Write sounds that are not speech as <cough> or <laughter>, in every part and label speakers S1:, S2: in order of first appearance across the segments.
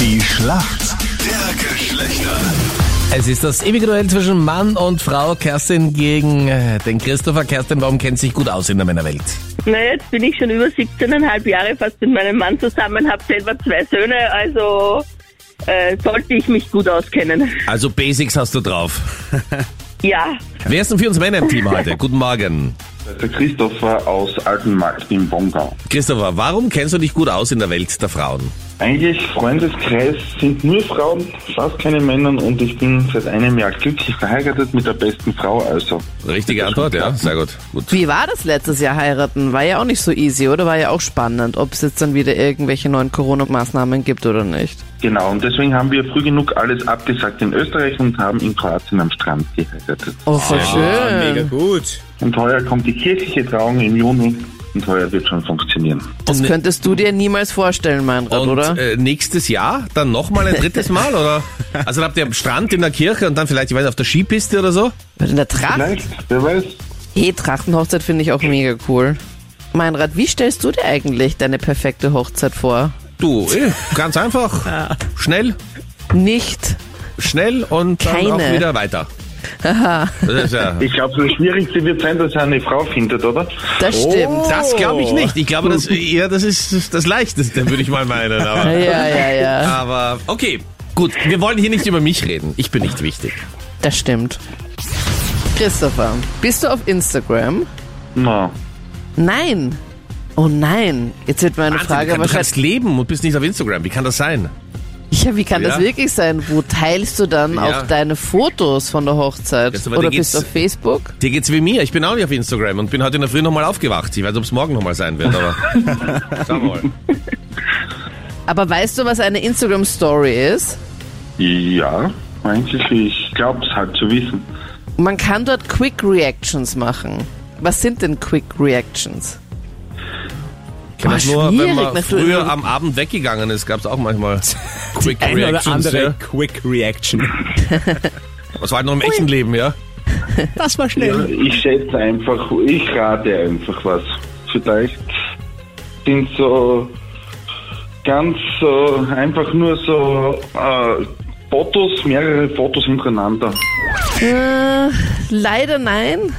S1: Die Schlacht der Geschlechter.
S2: Es ist das ewige Duell zwischen Mann und Frau. Kerstin gegen äh, den Christopher. Kerstin, warum kennt sich gut aus in der Männerwelt?
S3: Na, jetzt bin ich schon über 17,5 Jahre fast mit meinem Mann zusammen, habe selber zwei Söhne, also äh, sollte ich mich gut auskennen. <laughs>
S2: Also Basics hast du drauf.
S3: Ja,
S2: Wer ist denn für uns Männer im Team heute? Guten Morgen.
S4: Der Christopher aus Altenmarkt im Bongau.
S2: Christopher, warum kennst du dich gut aus in der Welt der Frauen?
S4: Eigentlich Freundeskreis sind nur Frauen, fast keine Männer und ich bin seit einem Jahr glücklich verheiratet mit der besten Frau also.
S2: Richtige Antwort, ja? Sehr gut. gut.
S5: Wie war das letztes Jahr heiraten? War ja auch nicht so easy, oder? War ja auch spannend, ob es jetzt dann wieder irgendwelche neuen Corona-Maßnahmen gibt oder nicht.
S4: Genau, und deswegen haben wir früh genug alles abgesagt in Österreich und haben in Kroatien am Strand geheiratet.
S5: Oh, voll schön.
S6: gut.
S4: Und heuer kommt die kirchliche Trauung im Juni und heuer wird schon funktionieren.
S5: Das könntest du dir niemals vorstellen, Meinrad,
S2: Und
S5: oder?
S2: Äh, nächstes Jahr dann nochmal ein drittes Mal, oder? Also dann habt ihr am Strand in der Kirche und dann vielleicht, ich weiß, auf der Skipiste oder so?
S5: Mit einer Tracht?
S4: Vielleicht, wer weiß.
S5: Hey, Trachtenhochzeit finde ich auch mega cool. Meinrad, wie stellst du dir eigentlich deine perfekte Hochzeit vor?
S2: Du, eh, ganz einfach. Schnell,
S5: Nicht.
S2: schnell und dann
S5: Keine.
S2: auch wieder weiter. Aha. Das, ist ja,
S4: Ich glaube, das Schwierigste wird sein, dass er eine Frau findet, oder?
S5: Das
S2: Oh.
S5: stimmt.
S2: das glaube ich nicht. Ich glaube,
S5: <laughs>
S2: das, ja, das ist das Leichteste, würde ich mal meinen. Aber,
S5: Ja, ja, ja.
S2: aber okay, gut. Wir wollen hier nicht über mich reden. Ich bin nicht wichtig.
S5: Das stimmt. Christopher, bist du auf Instagram?
S4: Na,
S5: Nein. Oh nein. Jetzt wird meine
S2: Wahnsinn, du,
S5: Frage
S2: kann, du kannst
S5: wahrscheinlich.
S2: leben und bist nicht auf Instagram. Wie kann das sein?
S5: Ja, wie kann das
S2: Ja.
S5: wirklich sein? Wo teilst du dann
S2: Ja.
S5: auch deine Fotos von der Hochzeit?
S2: Jetzt aber,
S5: Oder
S2: die
S5: bist du auf
S2: gibt's-
S5: Facebook?
S2: Dir geht's wie mir. Ich bin auch nicht auf Instagram und bin heute in der Früh nochmal aufgewacht. Ich weiß, ob es morgen nochmal sein wird,
S5: <laughs>
S2: aber schau mal.
S5: Aber weißt du, was eine Instagram-Story ist?
S4: ja, eigentlich, ich glaube es halt zu wissen.
S5: Man kann dort Quick Reactions machen. Was sind denn Quick Reactions?
S2: Ich kenn das nur,
S5: Boah,
S2: wenn
S5: schwierig,
S2: man
S5: nach-
S2: früher am Abend weggegangen ist, gab's auch
S5: <laughs>
S2: manchmal Quick
S6: Eine oder
S2: Reactions.
S6: andere
S2: Ja.
S6: Quick Reaction.
S2: Das war halt noch im echten Leben, ja?
S6: Das war
S4: Ja,
S6: schnell.
S4: Ich schätze einfach, ich rate einfach was. Vielleicht sind so ganz so einfach nur so äh, Fotos, mehrere Fotos hintereinander.
S5: Äh, leider nein.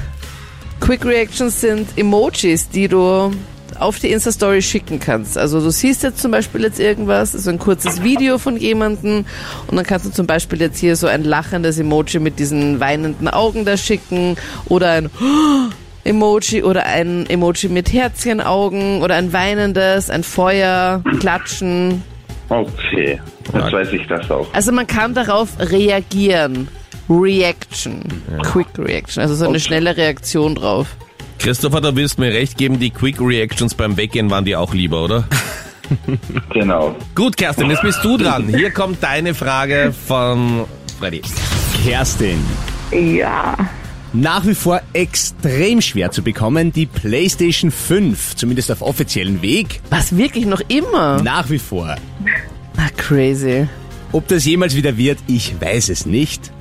S5: Quick Reactions sind Emojis, die du auf die Insta-Story schicken kannst. Also du siehst jetzt zum Beispiel jetzt irgendwas, so ein kurzes Video von jemandem und dann kannst du zum Beispiel jetzt hier so ein lachendes Emoji mit diesen weinenden Augen da schicken oder ein <gasps> Emoji oder ein Emoji mit Herzchenaugen oder ein weinendes, ein Feuer, Klatschen.
S4: Okay, jetzt weiß ich das auch.
S5: Also man kann darauf reagieren. Reaction. Quick Reaction. Also so eine schnelle Reaktion drauf.
S2: Christopher, da willst du mir recht geben, die Quick Reactions beim Weggehen waren dir auch lieber, oder?
S4: Genau.
S2: Gut, Kerstin, jetzt bist du dran. Hier kommt deine Frage von Freddy.
S6: Kerstin.
S3: ja.
S6: Nach wie vor extrem schwer zu bekommen, die PlayStation 5, zumindest auf offiziellen Weg,
S5: Was wirklich noch immer?
S6: nach wie vor.
S5: Na, crazy.
S6: Ob das jemals wieder wird, ich weiß es nicht.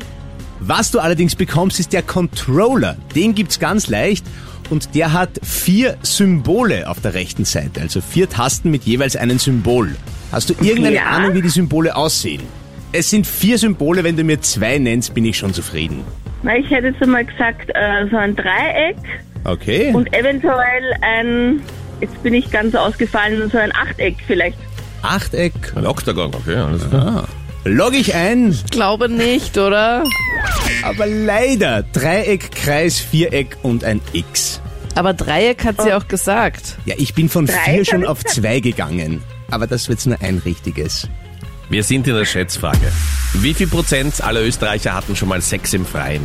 S6: Was du allerdings bekommst, ist der Controller. Den gibt's ganz leicht und der hat vier Symbole auf der rechten Seite, also vier Tasten mit jeweils einem Symbol. Hast du irgendeine
S3: Ja.
S6: Ahnung, wie die Symbole aussehen? Es sind vier Symbole, wenn du mir zwei nennst, bin ich schon zufrieden.
S3: Na, ich hätte jetzt einmal gesagt, äh, so ein Dreieck
S6: Okay.
S3: und eventuell ein, jetzt bin ich ganz ausgefallen, so ein Achteck vielleicht.
S6: Achteck.
S2: Ein Oktagon, okay, alles klar.
S6: Log ich ein,
S5: Ich glaube nicht, oder?
S6: aber leider Dreieck, Kreis, Viereck und ein X.
S5: Aber Dreieck hat sie auch gesagt.
S6: Ja, ich bin von
S3: Drei
S6: vier schon
S3: kann
S6: auf zwei gegangen. Aber das wird's nur ein richtiges.
S2: Wir sind in der Schätzfrage. Wie viel Prozent aller Österreicher hatten schon mal Sex im Freien?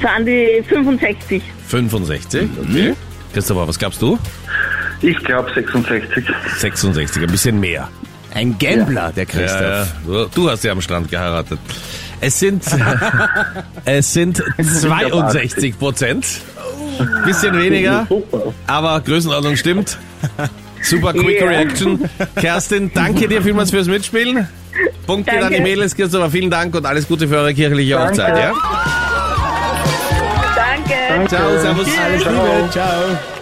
S3: So an die 65.
S2: 65. Okay. Christopher, was glaubst du?
S4: Ich glaube 66.
S2: 66, ein bisschen mehr.
S6: Ein Gambler, der Christoph.
S2: Ja, ja. Du hast ja am Strand geheiratet. Es sind, es sind 62 Prozent. Bisschen weniger,
S4: Super.
S2: aber Größenordnung stimmt. Super Quick
S3: Ja.
S2: Reaction. Kerstin, danke dir vielmals fürs Mitspielen. Punkt geht an die
S3: Danke.
S2: Mädels, Christopher. Vielen Dank und alles Gute für eure kirchliche
S4: Danke.
S2: Hochzeit. Ja?
S3: Danke.
S2: Ciao, servus.
S6: Alles Liebe, ciao.